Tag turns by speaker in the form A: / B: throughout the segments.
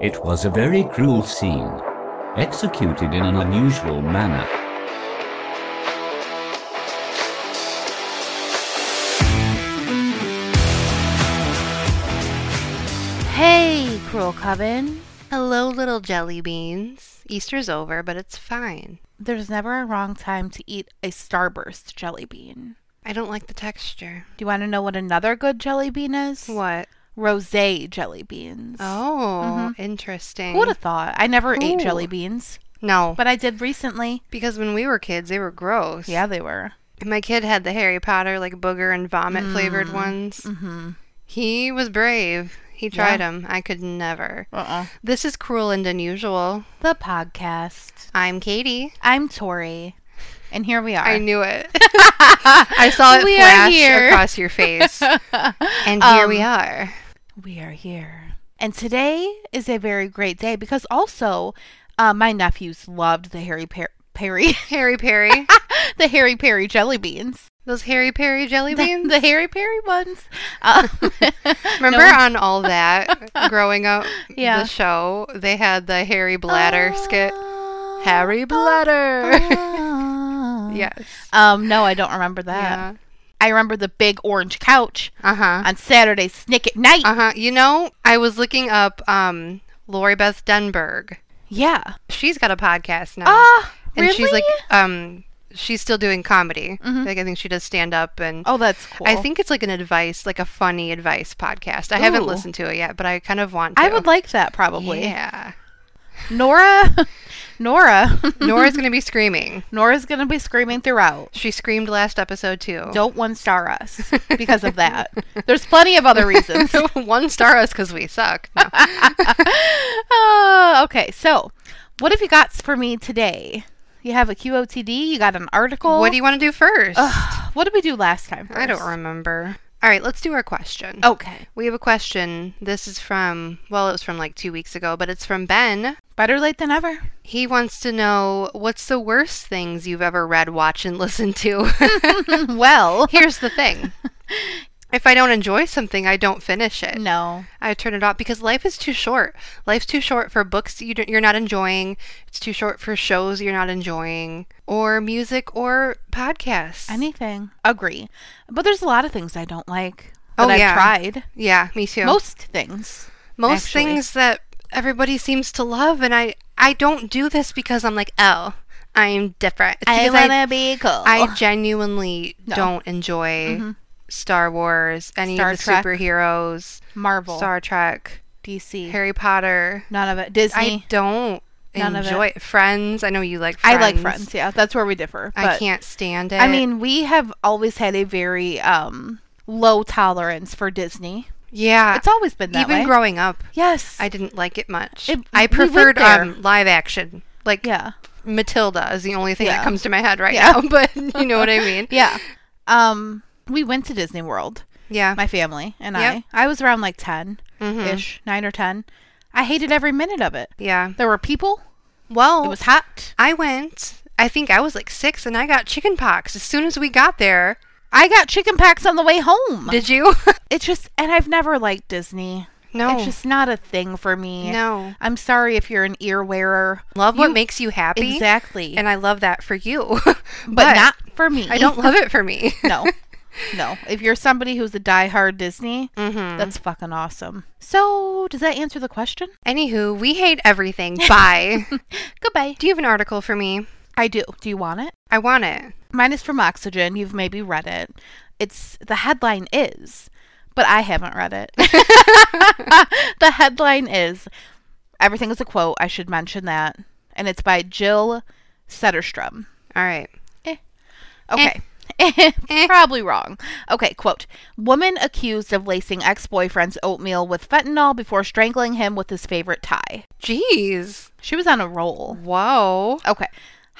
A: It was a very cruel scene, executed in an unusual manner.
B: Hey, Cruel Coven. Hello, little jelly beans. Easter's over, but it's fine.
C: There's never a wrong time to eat a starburst jelly bean.
B: I don't like the texture.
C: Do you want to know what another good jelly bean is?
B: What?
C: Rosé jelly beans.
B: Oh,
C: Mm-hmm.
B: interesting.
C: Who would have thought? I never ate
B: Ooh.
C: jelly beans,
B: No,
C: but I did recently.
B: because when we were kids, they were gross.
C: Yeah, they were.
B: My kid had the Harry Potter, like booger and vomit flavored ones.
C: Mm-hmm.
B: He was brave. He
C: Yeah.
B: tried them. I could never.
C: Uh-uh.
B: This is cruel and unusual.
C: The podcast.
B: I'm Katie.
C: I'm Tori, and here we are.
B: I knew it. I saw it
C: We are
B: flash
C: here. Um.
B: across your face. And here we are.
C: We are here. And today is a very great day because also uh, my nephews loved the Harry per- Perry,
B: Harry Perry.
C: the Harry Perry jelly beans.
B: Those Harry Perry jelly
C: The,
B: beans.
C: the Harry Perry ones. Um,
B: Remember
C: no-
B: on all that growing up,
C: Yeah. Oh.
B: the show they had the Harry Bladder skit.
C: Ah,
B: Harry Bladder.
C: ah.
B: yes.
C: Um, no, I don't remember that.
B: Yeah.
C: I remember the big orange couch
B: Uh huh.
C: on Saturday snick at night.
B: Uh huh. You know, I was looking up um Lori Beth Denberg.
C: yeah.
B: She's got a podcast now.
C: Ah,
B: and
C: really?
B: she's like um she's still doing comedy.
C: Mhm.
B: Like I think she does stand up and
C: oh, that's cool.
B: I think it's like an advice, like a funny advice podcast. I haven't
C: Ooh.
B: listened to it yet, but I kind of want to.
C: I would like that probably.
B: Yeah.
C: Nora, Nora,
B: Nora's going to be screaming.
C: Nora's gonna be screaming throughout.
B: She screamed last episode too.
C: Don't one star us because of that. There's plenty of other reasons.
B: One star us because we suck. No.
C: Uh, okay, so what have you got for me today? You have a QOTD. You got an article.
B: What do you want to do first?
C: Ugh, what did we do last time?
B: I don't
C: first?
B: remember. All right, let's do our question.
C: Okay,
B: We have a question. This is from, well, it was from like two weeks ago, but it's from Ben.
C: better late than ever.
B: He wants to know what's the worst things you've ever read, watched, and listened to?
C: well,
B: Here's the thing if I don't enjoy something, I don't finish it.
C: no.
B: I turn it off because life is too short. Life's too short for books you don't, you're not enjoying. It's too short for shows you're not enjoying, or music, or podcasts.
C: Anything. Agree. But there's a lot of things I don't like that
B: Oh,
C: I've
B: yeah.
C: tried.
B: yeah, me too.
C: Most things.
B: Most
C: actually.
B: things that everybody seems to love, and I I don't do this because I'm like, oh, I'm different. It's because
C: be cool.
B: I genuinely
C: No. Mm-hmm.
B: don't enjoy Star Wars, any
C: Star
B: of the
C: Trek.
B: superheroes,
C: Marvel,
B: Star Trek,
C: DC,
B: Harry Potter.
C: none of it. Disney.
B: I don't
C: None of
B: enjoy Friends. I know you like
C: I,
B: Friends.
C: like Friends. Yeah, that's where we differ.
B: I
C: but-
B: can't stand it.
C: I mean, we have always had a very um, low tolerance for Disney.
B: yeah.
C: It's always been that
B: even
C: way.
B: growing up,
C: yes.
B: I didn't like it much.
C: It- we
B: I
C: went
B: preferred
C: there.
B: um, live action. Like
C: yeah.
B: Matilda is the only thing
C: Yeah.
B: that comes to my head right
C: Yeah.
B: now, but you know what I mean?
C: Yeah. Um, we went to Disney World.
B: Yeah.
C: My family and
B: Yep.
C: I. I was around like ten
B: Mhm.
C: ish, nine or ten. I hated every minute of it.
B: Yeah.
C: There were people.
B: Well,
C: It was hot.
B: I went, I think I was like six and I got chicken pox as soon as we got there.
C: I got chicken pox on the way home.
B: Did you?
C: It's just, and I've never liked Disney.
B: no.
C: It's just not a thing for me.
B: no.
C: I'm sorry if you're an ear wearer.
B: Love what
C: You-
B: makes you happy.
C: Exactly.
B: And I love that for you.
C: but, not for me.
B: I don't love it for me.
C: no. No. If you're somebody who's a diehard Disney,
B: Mm-hmm.
C: that's fucking awesome. So, does that answer the question?
B: Anywho, we hate everything. Bye.
C: Goodbye.
B: Do you have an article for me?
C: I do. Do you want it?
B: I want it.
C: Mine is from Oxygen. You've maybe read it. It's the headline is, but I haven't read it. the headline is Everything is a quote. I should mention that. And it's by Jill Setterstrom.
B: All right.
C: Okay.
B: Eh.
C: Probably wrong. Okay, quote Woman accused of lacing ex boyfriend's oatmeal with fentanyl before strangling him with his favorite tie.
B: Jeez.
C: She was on a roll.
B: Whoa.
C: Okay.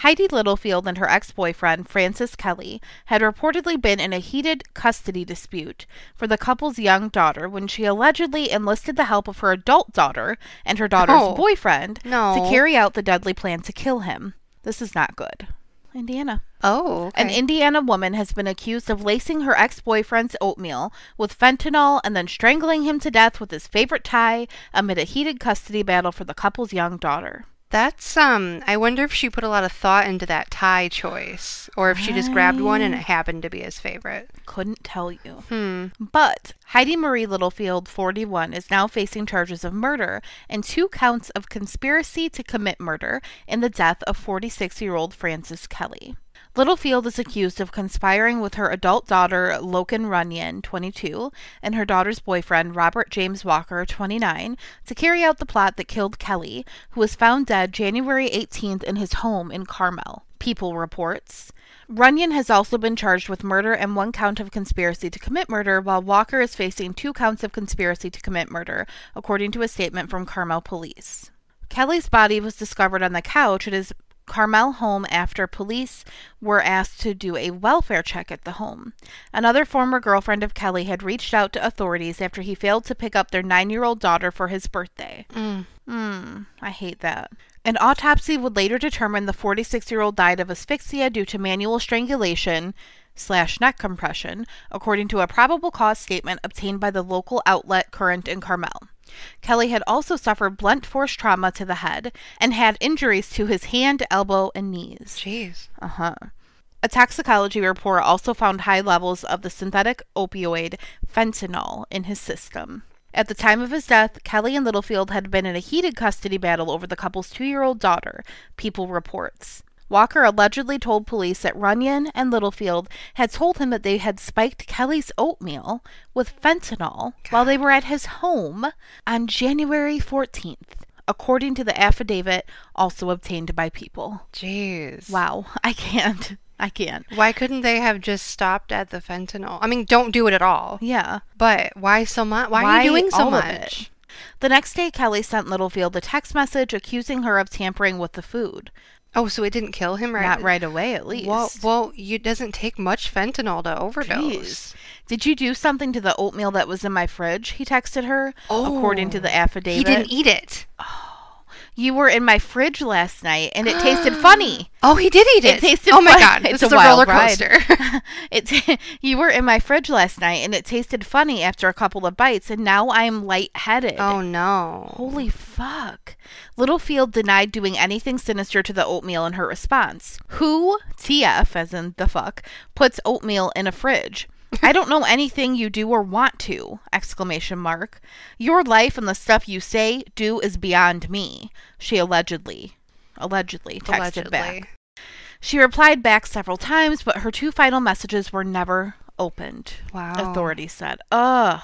C: Heidi Littlefield and her ex boyfriend, Francis Kelly, had reportedly been in a heated custody dispute for the couple's young daughter when she allegedly enlisted the help of her adult daughter and her daughter's
B: No.
C: boyfriend
B: No.
C: to carry out the deadly plan to kill him. This is not good. Indiana.
B: Oh, okay.
C: An Indiana woman has been accused of lacing her ex boyfriend's oatmeal with fentanyl and then strangling him to death with his favorite tie amid a heated custody battle for the couple's young daughter.
B: That's um. I wonder if she put a lot of thought into that tie choice, or if she just grabbed one and it happened to be his favorite.
C: Couldn't tell you.
B: Hmm.
C: But Heidi Marie Littlefield, 41, is now facing charges of murder and two counts of conspiracy to commit murder in the death of 46 year old Frances Kelly. Littlefield is accused of conspiring with her adult daughter, Loken Runyon, 22, and her daughter's boyfriend, Robert James Walker, 29, to carry out the plot that killed Kelly, who was found dead January 18th in his home in Carmel, People reports. Runyon has also been charged with murder and one count of conspiracy to commit murder, while Walker is facing two counts of conspiracy to commit murder, according to a statement from Carmel police. Kelly's body was discovered on the couch at his Carmel home after police were asked to do a welfare check at the home. Another former girlfriend of Kelly had reached out to authorities after he failed to pick up their nine year old daughter for his birthday. Mm, I hate that. An autopsy would later determine the 46 year old died of asphyxia due to manual strangulation slash neck compression, according to a probable cause statement obtained by the local outlet Current in Carmel. Kelly had also suffered blunt force trauma to the head and had injuries to his hand, elbow, and knees.
B: Jeez.
C: Uh huh. A toxicology report also found high levels of the synthetic opioid fentanyl in his system. At the time of his death, Kelly and Littlefield had been in a heated custody battle over the couple's two year old daughter, People reports. Walker allegedly told police that Runyon and Littlefield had told him that they had spiked Kelly's oatmeal with fentanyl while they were at his home on January 14th, according to the affidavit also obtained by People.
B: Jeez.
C: Wow, I can't. I can't.
B: Why couldn't they have just stopped at the fentanyl? I mean, don't do it at all.
C: Yeah.
B: But why so much? Why, are you doing so
C: all of it?
B: much?
C: The next day, Kelly sent Littlefield a text message accusing her of tampering with the food.
B: Oh, so it didn't kill him right?
C: Not right away, at least.
B: Well, well, you- it doesn't take much fentanyl to overdose.
C: Jeez. Did you do something to the oatmeal that was in my fridge? He texted her, according to the affidavit.
B: Oh. He didn't e-, eat it.
C: You were in my fridge last night, and it tasted funny.
B: Oh, he did eat it.
C: It tasted
B: Oh my
C: fun-
B: god,
C: It's
B: this is
C: a
B: a roller
C: wild ride.
B: coaster.
C: it you were in my fridge last night, and it tasted funny after a couple of bites, and now I'm lightheaded.
B: oh no.
C: Holy fuck. Littlefield denied doing anything sinister to the oatmeal in her response. Who, TF, as in the fuck, puts oatmeal in a fridge? I don't know anything you do or want to! Exclamation mark. Your life and the stuff you say, do is beyond me. She allegedly, allegedly texted
B: Allegedly.
C: back. She replied back several times, but her two final messages were never opened.
B: Wow.
C: Authorities said. Ugh.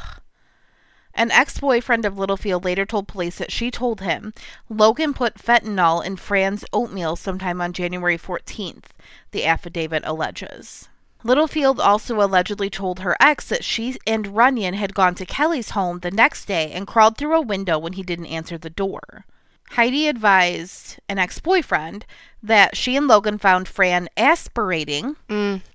C: An ex boyfriend of Littlefield later told police that she told him Logan put fentanyl in Fran's oatmeal sometime on January 14th, the affidavit alleges. Littlefield also allegedly told her ex that she and Runyon had gone to Kelly's home the next day and crawled through a window when he didn't answer the door. Heidi advised an ex boyfriend that she and Logan found Fran aspirating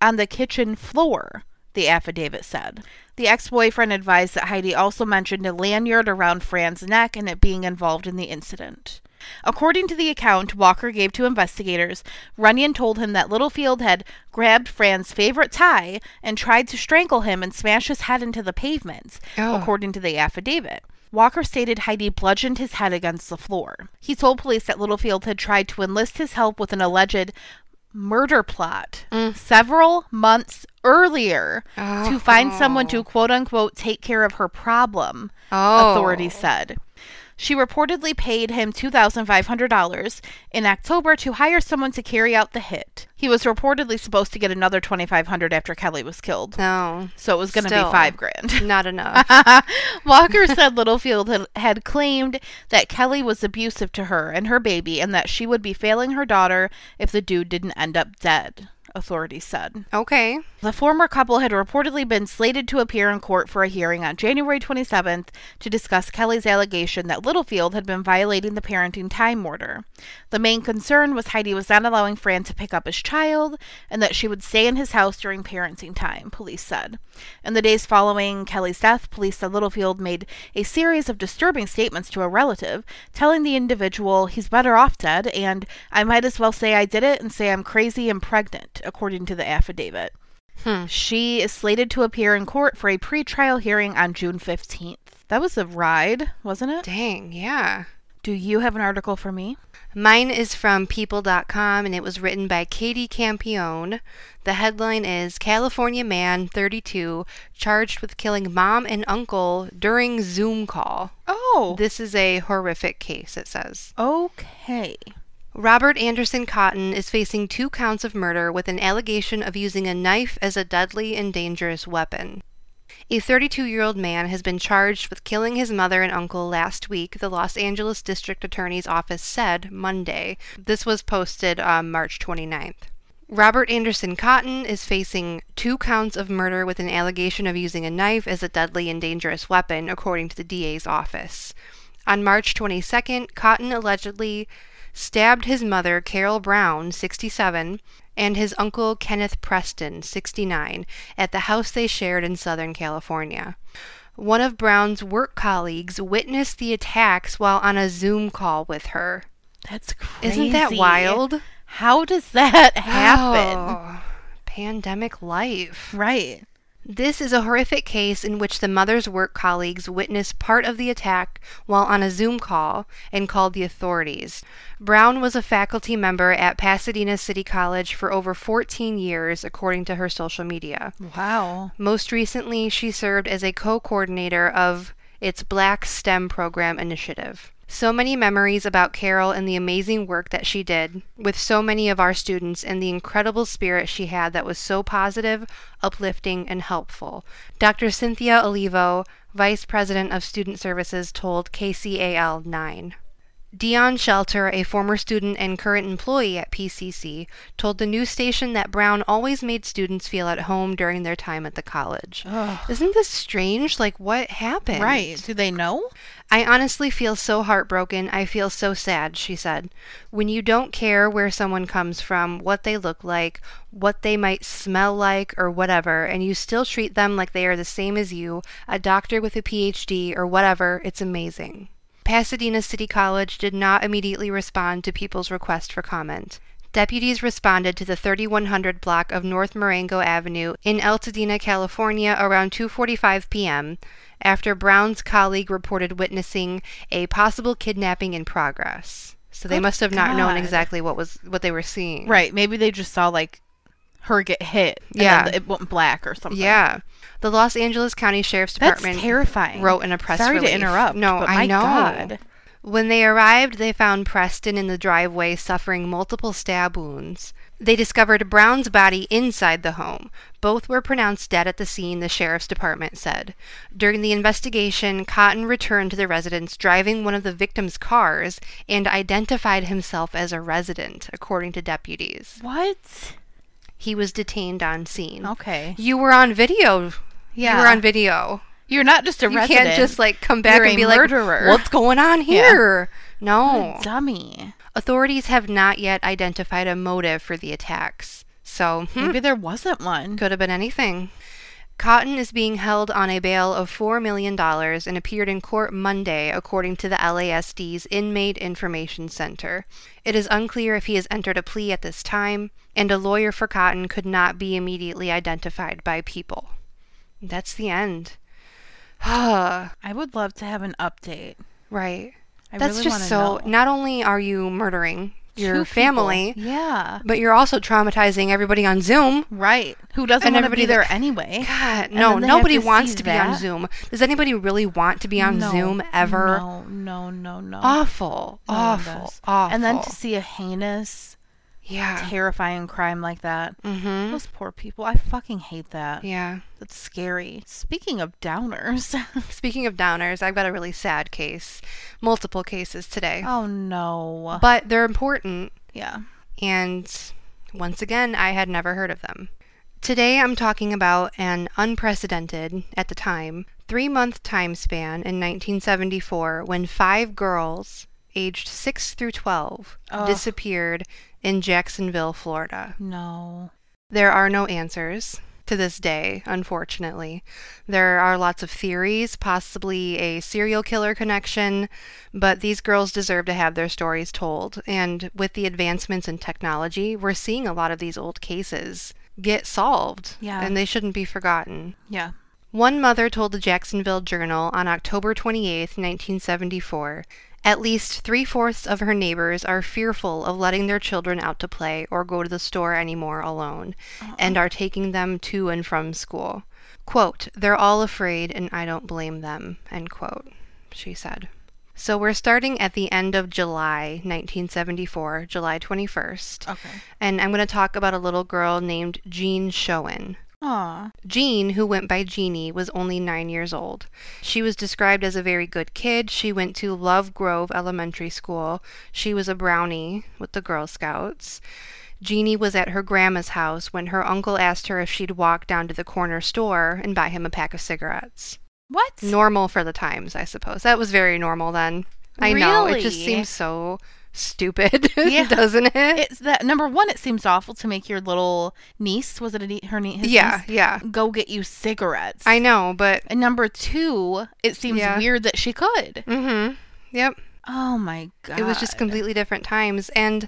C: on the kitchen floor, the affidavit said. The ex boyfriend advised that Heidi also mentioned a lanyard around Fran's neck and it being involved in the incident. According to the account Walker gave to investigators, Runyon told him that Littlefield had grabbed Fran's favorite tie and tried to strangle him and smash his head into the pavement,
B: Oh.
C: according to the affidavit. Walker stated Heidi bludgeoned his head against the floor. He told police that Littlefield had tried to enlist his help with an alleged murder plot several months earlier to find someone to quote unquote take care of her problem,
B: Oh.
C: authorities said. She reportedly paid him $2,500 in October to hire someone to carry out the hit. He was reportedly supposed to get another 2500 after Kelly was killed.
B: No.
C: So it was going to be
B: Still.
C: 5 grand.
B: Not enough.
C: Walker said Littlefield had, had claimed that Kelly was abusive to her and her baby and that she would be failing her daughter if the dude didn't end up dead, authorities said.
B: okay.
C: The former couple had reportedly been slated to appear in court for a hearing on January 27th to discuss Kelly's allegation that Littlefield had been violating the parenting time order. The main concern was Heidi was not allowing Fran to pick up his child and that she would stay in his house during parenting time, police said. In the days following Kelly's death, police said Littlefield made a series of disturbing statements to a relative, telling the individual he's better off dead, and I might as well say I did it and say I'm crazy and pregnant, according to the affidavit. She is slated to appear in court for a pretrial hearing on June 15th. That was a ride, wasn't it?
B: Dang, yeah.
C: Do you have an article for me?
B: Mine is from People.com and it was written by Katie Campione. The headline is California Man 32 Charged with Killing Mom and Uncle During Zoom Call.
C: Oh.
B: This is a horrific case, it says.
C: okay.
B: Robert Anderson Cotton is facing two counts of murder with an allegation of using a knife as a deadly and dangerous weapon. A 32 year old man has been charged with killing his mother and uncle last week, the Los Angeles District Attorney's Office said Monday. This was posted on March 29th. Robert Anderson Cotton is facing two counts of murder with an allegation of using a knife as a deadly and dangerous weapon, according to the DA's office. On March 22nd, Cotton allegedly stabbed his mother, Carol Brown, 67, and his uncle, Kenneth Preston, 69, at the house they shared in Southern California. One of Brown's work colleagues witnessed the attacks while on a Zoom call with her.
C: That's crazy.
B: Isn't that wild?
C: How does that happen?
B: Oh, pandemic life.
C: Right.
B: This is a horrific case in which the mother's work colleagues witnessed part of the attack while on a Zoom call and called the authorities. Brown was a faculty member at Pasadena City College for over 14 years, according to her social media.
C: Wow.
B: Most recently, she served as a co coordinator of its Black STEM program initiative. So many memories about Carol and the amazing work that she did with so many of our students and the incredible spirit she had that was so positive, uplifting, and helpful. Dr. Cynthia Olivo, Vice President of Student Services, told KCAL 9. Dion Shelter, a former student and current employee at PCC, told the news station that Brown always made students feel at home during their time at the college. Isn't this strange? Like, what happened?
C: Right. Do they know?
B: I honestly feel so heartbroken. I feel so sad, she said. When you don't care where someone comes from, what they look like, what they might smell like, or whatever, and you still treat them like they are the same as you, a doctor with a PhD, or whatever, it's amazing. Pasadena City College did not immediately respond to people's request for comment. Deputies responded to the 3100 block of North Marengo Avenue in Altadena, California around 2:45 p.m. after Brown's colleague reported witnessing a possible kidnapping in progress. So they
C: Good
B: must have not known
C: God.
B: exactly what was what they were seeing.
C: Right. Maybe they just saw like her get hit. and then
B: Yeah.
C: th- it went black or something.
B: Yeah. The Los Angeles County Sheriff's
C: That's
B: Department
C: terrifying.
B: wrote in a press
C: Sorry
B: release.
C: to interrupt.
B: No,
C: but
B: I
C: my
B: know.
C: God.
B: When they arrived, they found Preston in the driveway suffering multiple stab wounds. They discovered Brown's body inside the home. Both were pronounced dead at the scene, the sheriff's department said. During the investigation, Cotton returned to the residence driving one of the victim's cars and identified himself as a resident, according to deputies.
C: What?
B: He was detained on scene.
C: Okay.
B: You were on video. You
C: Yeah.
B: were on video.
C: You're not just a
B: You
C: resident.
B: can't just like come back
C: You're
B: and
C: a
B: be
C: murderer.
B: like, "What's going on here?" No.
C: dummy.
B: Authorities have not yet identified a motive for the attacks. So, hmm,
C: Maybe there wasn't one.
B: could have been anything. Cotton is being held on a bail of $4 million and appeared in court Monday, according to the LASD's Inmate Information Center. It is unclear if he has entered a plea at this time, and a lawyer for Cotton could not be immediately identified by people. That's the end.
C: I would love to have an update.
B: right.
C: I
B: That's
C: really
B: just
C: wanna
B: so.
C: know.
B: Not only are you murdering your
C: Two people.
B: family,
C: Yeah.
B: but you're also traumatizing everybody on Zoom.
C: Right. Who doesn't
B: And
C: want to
B: everybody
C: be there
B: that-
C: anyway?
B: God,
C: then
B: no,
C: they have
B: nobody
C: to
B: wants
C: see
B: to be on
C: that.
B: Zoom. Does anybody really want to be on
C: No,
B: Zoom ever?
C: No, no, no, no.
B: Awful,
C: No one
B: awful,
C: does.
B: awful.
C: And then to see a heinous,
B: yeah,
C: terrifying crime like that.
B: mm-hmm.
C: Those poor people. I fucking hate that.
B: yeah.
C: That's scary. Speaking of downers.
B: Speaking of downers, I've got a really sad case, multiple cases today,
C: oh no.
B: but they're important.
C: Yeah.
B: And once again, I had never heard of them. Today, I'm talking about an unprecedented, at the time, three month time span in 1974 when five girls, aged 6 through 12,
C: Ugh.
B: disappeared in Jacksonville, Florida.
C: No.
B: There are no answers. to this day, unfortunately. There are lots of theories, possibly a serial killer connection, but these girls deserve to have their stories told. And with the advancements in technology, we're seeing a lot of these old cases get solved.
C: Yeah.
B: And they shouldn't be forgotten.
C: Yeah.
B: One mother told the Jacksonville Journal on October 28, 1974, at least three fourths of her neighbors are fearful of letting their children out to play or go to the store anymore alone and are taking them to and from school. Quote, they're all afraid and I don't blame them, end quote, she said. So we're starting at the end of July 1974, July 21st,
C: Okay.
B: and I'm going to talk about a little girl named Jean Showen.
C: Aw.
B: Jean, who went by Jeannie, was only nine years old. She was described as a very good kid. She went to Love Grove Elementary School. She was a brownie with the Girl Scouts. Jeannie was at her grandma's house when her uncle asked her if she'd walk down to the corner store and buy him a pack of cigarettes.
C: What?
B: Normal for the times, I suppose. That was very normal then. I know. It just
C: Really?
B: seems so stupid,
C: Yeah.
B: doesn't it?
C: it's that number one. It seems awful to make your little niece. Was it a nie- her nie- his niece?
B: yeah, yeah.
C: Go get you cigarettes.
B: I know, but.
C: And number two, it seems
B: Yeah.
C: weird that she could.
B: Mm hmm. Yep.
C: Oh my god.
B: It was just completely different times. And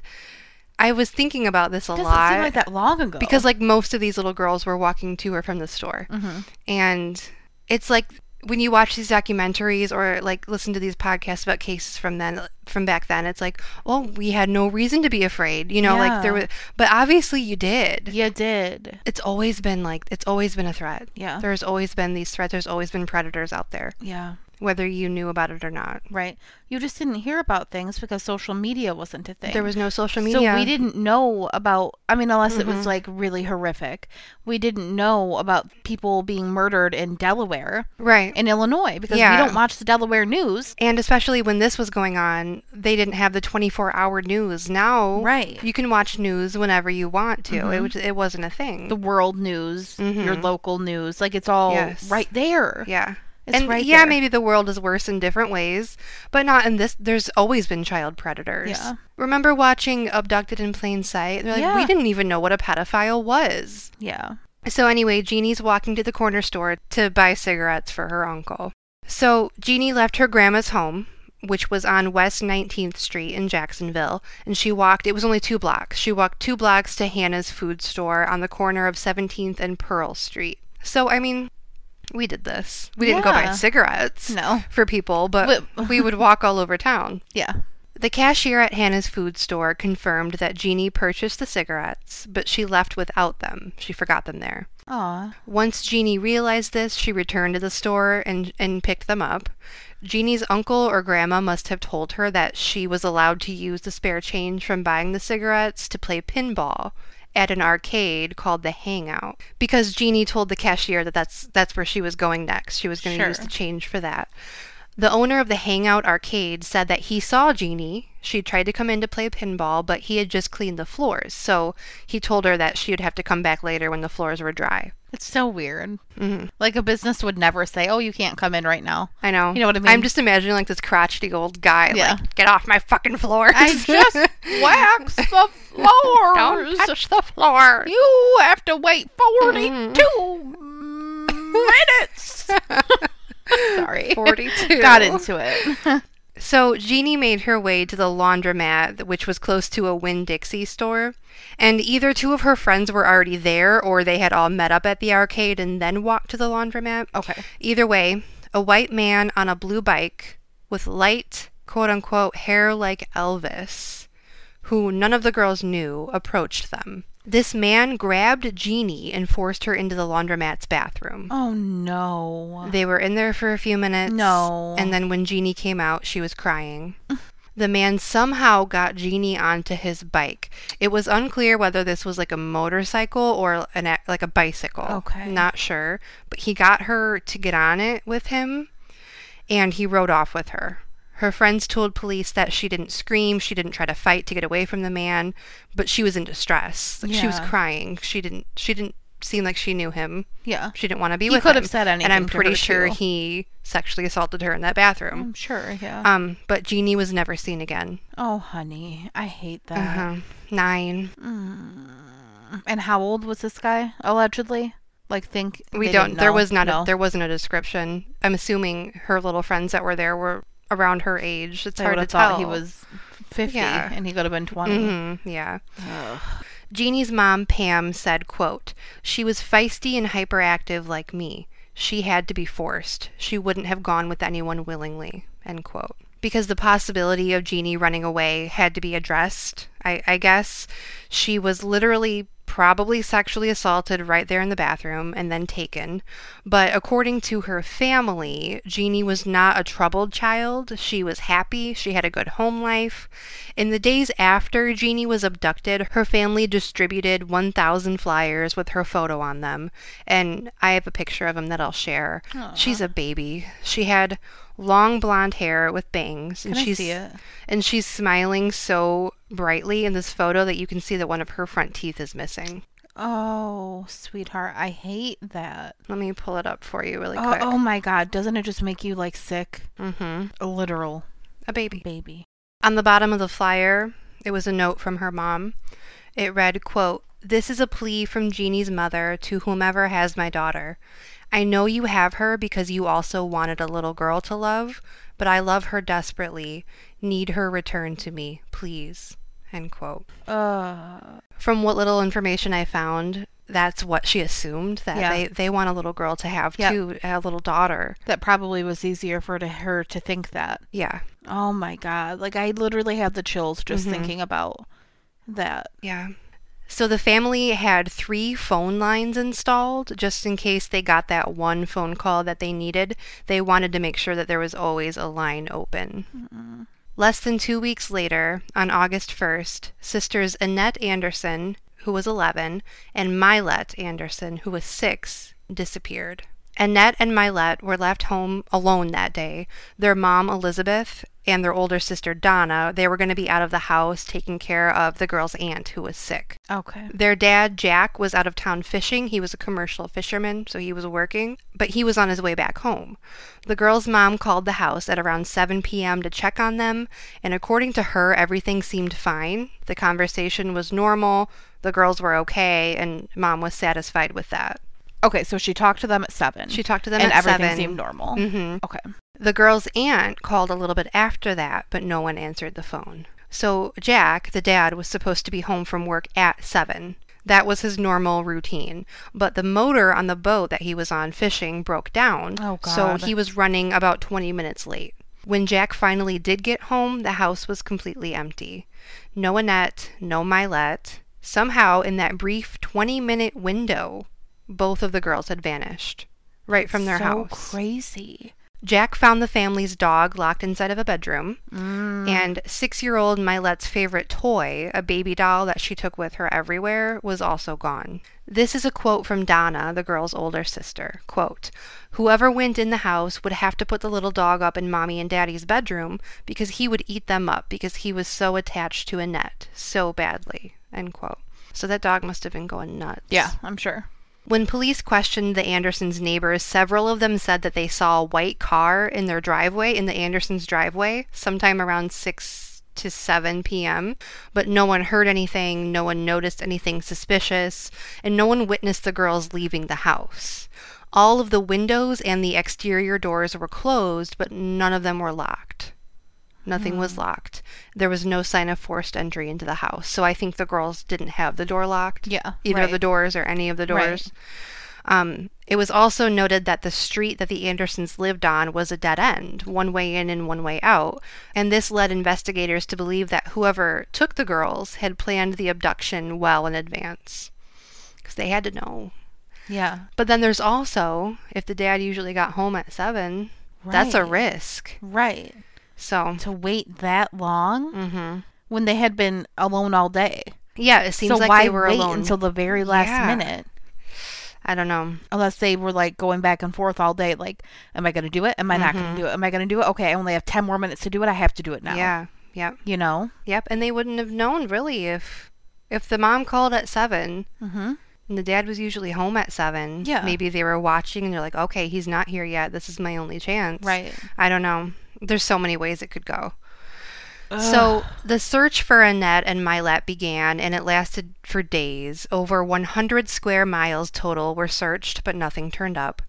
B: I was thinking about this a
C: Doesn't
B: lot
C: seem like that long ago.
B: because, like, most of these little girls were walking to or from the store.
C: Mhm.
B: And it's like when you watch these documentaries or like listen to these podcasts about cases from then from back then it's like oh we had no reason to be afraid you know like
C: Yeah.
B: there was but obviously you did
C: you did.
B: it's always been like it's always been a threat
C: Yeah.
B: there's always been these threats there's always been predators out there
C: Yeah.
B: whether you knew about it or not
C: Right. You just didn't hear about things because social media wasn't a thing.
B: there was no social
C: so
B: media Mm-hmm.
C: we didn't know about I mean unless it was like really horrific. We didn't know about people being murdered in Delaware
B: right
C: in Illinois because
B: Yeah.
C: we don't watch the Delaware news.
B: And especially when this was going on, they didn't have the 24 hour news. Now,
C: Right. Mm-hmm.
B: you can watch news whenever you want to. It was, it wasn't a thing.
C: The world news, your
B: Mhm.
C: local news, like it's all right
B: Yes.
C: there.
B: yeah.
C: It's
B: and
C: right
B: yeah,
C: there.
B: maybe the world is worse in different ways, but not in this. There's always been child predators.
C: Yeah.
B: Remember watching Abducted in Plain Sight? They're like, we
C: Yeah.
B: didn't even know what a pedophile was.
C: Yeah.
B: So, anyway, Jeannie's walking to the corner store to buy cigarettes for her uncle. So, Jeannie left her grandma's home, which was on West 19th Street in Jacksonville, and she walked, it was only two blocks. She walked two blocks to Hannah's food store on the corner of 17th and Pearl Street. So, I mean, we did this. We didn't go buy
C: Yeah.
B: cigarettes
C: No.
B: for people, but we would walk all over town.
C: Yeah.
B: The cashier at Hannah's food store confirmed that Jeannie purchased the cigarettes, but she left without them. She forgot them there.
C: Aw.
B: Once Jeannie realized this, she returned to the store and, and picked them up. Jeannie's uncle or grandma must have told her that she was allowed to use the spare change from buying the cigarettes to play pinball at an arcade called the Hangout because Jeannie told the cashier that that's that's where she was going next. She was going to use
C: Sure.
B: the change for that. The owner of the Hangout arcade said that he saw Jeannie. She tried to come in to play pinball, but he had just cleaned the floors, so he told her that she would have to come back later when the floors were dry.
C: It's so weird.
B: Mm-hmm.
C: Like a business would never say, "Oh, you can't come in right now."
B: I know.
C: You know what I
B: I'm
C: mean?
B: just imagining like this crotchety old guy,
C: Yeah.
B: like, get off my fucking floors.
C: I just wax the
B: Don't
C: floors.
B: touch the floor.
C: You have to wait 42
B: Mm-hmm.
C: minutes. Sorry.
B: 42.
C: Got into it.
B: So Jeannie made her way to the laundromat, which was close to a Winn Dixie store, and either two of her friends were already there or they had all met up at the arcade and then walked to the laundromat.
C: okay.
B: Either way, a white man on a blue bike with light, quote unquote, hair like Elvis, who none of the girls knew, approached them. This man grabbed Jeannie and forced her into the laundromat's bathroom.
C: Oh no.
B: They were in there for a few minutes.
C: No.
B: And then when Jeannie came out, she was crying. The man somehow got Jeannie onto his bike. It was unclear whether this was like a motorcycle or an ac- like a bicycle.
C: Okay.
B: Not sure, but he got her to get on it with him and he rode off with her. Her friends told police that she didn't scream, she didn't try to fight to get away from the man, but she was in distress. Like she was
C: Yeah.
B: crying. She didn't she didn't seem like she knew him.
C: Yeah.
B: She didn't want to be
C: He
B: with him.
C: could have said
B: And I'm
C: anything to
B: pretty
C: her,
B: sure
C: too.
B: he sexually assaulted her in that bathroom.
C: I'm sure. Yeah.
B: Um, but Jeannie was never seen again.
C: oh, honey. I hate that.
B: Uh-huh. Nine.
C: And how old was this guy allegedly? Like think
B: We
C: they
B: don't.
C: didn't
B: There
C: know?
B: was not.
C: No.
B: A, there wasn't a description. I'm assuming her little friends that were there were around her age. It's
C: They
B: hard to
C: would've thought
B: tell.
C: he was 50
B: Yeah.
C: and he could have been 20.
B: Mhm, yeah. Jeannie's mom, Pam, said, quote, She was feisty and hyperactive like me. She had to be forced. She wouldn't have gone with anyone willingly, end quote. Because the possibility of Jeannie running away had to be addressed, I, I guess. She was literally probably sexually assaulted right there in the bathroom and then taken. But according to her family, Jeannie was not a troubled child. She was happy. She had a good home life. In the days after Jeannie was abducted, her family distributed 1,000 flyers with her photo on them. And I have a picture of them that I'll share. She's a baby. She had long blonde hair with bangs. and
C: Can I
B: she's,
C: see it?
B: And she's smiling so brightly in this photo that you can see that one of her front teeth is missing.
C: Oh, sweetheart, I hate that.
B: Let me pull it up for you really
C: Oh,
B: quick.
C: oh my god, doesn't it just make you like sick?
B: Mm-hmm.
C: A literal
B: A baby.
C: baby.
B: On the bottom of the flyer, it was a note from her mom. It read, quote, This is a plea from Jeannie's mother to whomever has my daughter. I know you have her because you also wanted a little girl to love, but I love her desperately. Need her returned to me, please. End quote.
C: Uh,
B: From what little information I found, that's what she assumed that
C: Yeah.
B: they, they want a little girl to have
C: Yep.
B: too, a little daughter.
C: that probably was easier for to her to think that.
B: Yeah.
C: Oh my god, like I literally had the chills just
B: Mm-hmm.
C: thinking about that.
B: Yeah. So the family had three phone lines installed just in case they got that one phone call that they needed. They wanted to make sure that there was always a line open. Less than two weeks later, on August 1st, sisters Annette Anderson, who was 11, and Milet Anderson, who was 6, disappeared. Annette and Milet were left home alone that day. Their mom, Elizabeth, and their older sister, Donna, they were going to be out of the house taking care of the girl's aunt, who was sick.
C: Okay.
B: Their dad, Jack, was out of town fishing. He was a commercial fisherman, so he was working, but he was on his way back home. The girl's mom called the house at around 7 p.m. to check on them, and according to her, everything seemed fine. The conversation was normal, the girls were okay, and mom was satisfied with that.
C: Okay, so she talked to them at 7.
B: She talked to them
C: and
B: at
C: everything
B: 7.
C: seemed normal.
B: Mhm.
C: Okay.
B: The girl's aunt called a little bit after that, but no one answered the phone. So Jack, the dad, was supposed to be home from work at 7. That was his normal routine. But the motor on the boat that he was on fishing broke down.
C: Oh,
B: So
C: God.
B: he was running about 20 minutes late. When Jack finally did get home, the house was completely empty. No Annette, no Milet. Somehow, in that brief 20 minute window, both of the girls had vanished right from their
C: so
B: house.
C: crazy.
B: Jack found the family's dog locked inside of a bedroom, and six year old Milette's favorite toy, a baby doll that she took with her everywhere, was also gone. This is a quote from Donna, the girl's older sister. Quote, Whoever went in the house would have to put the little dog up in mommy and daddy's bedroom because he would eat them up because he was so attached to Annette so badly. End quote. So that dog must have been going nuts.
C: Yeah, I'm sure.
B: When police questioned the Andersons' neighbors, several of them said that they saw a white car in their driveway, in the Andersons' driveway, sometime around 6 to 7 p.m., but no one heard anything, no one noticed anything suspicious, and no one witnessed the girls leaving the house. All of the windows and the exterior doors were closed, but none of them were locked. Nothing was locked. There was no sign of forced entry into the house, so I think the girls didn't have the door locked
C: Yeah,
B: either
C: right.
B: the doors or any of the doors. Um, it was also noted that the street that the Andersons lived on was a dead end, one way in and one way out, and this led investigators to believe that whoever took the girls had planned the abduction well in advance because they had to know.
C: Yeah.
B: But then there's also if the dad usually got home at seven, that's a
C: Right.
B: risk.
C: Right.
B: So
C: To wait that long
B: mhm.
C: when they had been alone all day.
B: yeah, it seems
C: so
B: like
C: why
B: they were
C: wait
B: alone.
C: until the very last
B: Yeah.
C: minute?
B: I don't know.
C: Unless they were like going back and forth all day, like, am I going to do it? Am I not going to do it? Am I going to do it? Okay, I only have 10 more minutes to do it. I have to do it now.
B: Mm-hmm. Yeah, yep.
C: You know?
B: Yep, and they wouldn't have known really if if the mom called at seven
C: Mm-hmm.
B: and the dad was usually home at seven.
C: Yeah.
B: maybe they were watching and they're like, okay, he's not here yet. This is my only chance.
C: Right.
B: I don't know. There's so many ways it could go. So the search for Annette and Milet began, and it lasted for days. Over 100 square miles total were searched, but nothing turned up.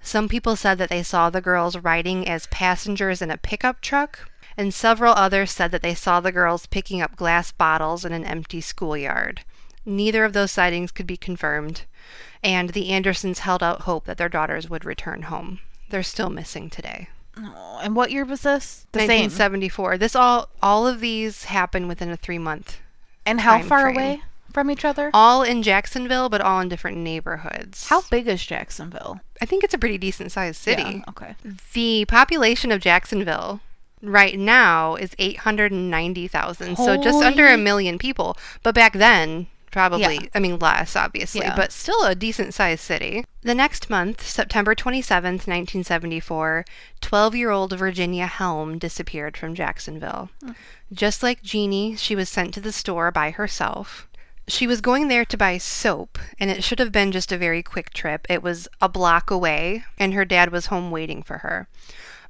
B: Some people said that they saw the girls riding as passengers in a pickup truck, and several others said that they saw the girls picking up glass bottles in an empty schoolyard. Neither of those sightings could be confirmed, and the Andersons held out hope that their daughters would return home. They're still missing today.
C: Oh, and what year was this? The same.
B: 1974. This all all of these happen within a 3 month.
C: And how
B: time
C: far
B: frame.
C: away from each other?
B: All in Jacksonville but all in different neighborhoods.
C: How big is Jacksonville?
B: I think it's a pretty decent sized city.
C: Yeah, okay.
B: The population of Jacksonville right now is 890,000. So just under a
C: Holy-
B: million people. But back then, probably,
C: Yeah.
B: I mean, less, obviously,
C: Yeah.
B: but still a decent sized city. The next month, September 27th, 1974, 12 year old Virginia Helm disappeared from Jacksonville. Just like Jeannie, she was sent to the store by herself. She was going there to buy soap, and it should have been just a very quick trip. It was a block away, and her dad was home waiting for her.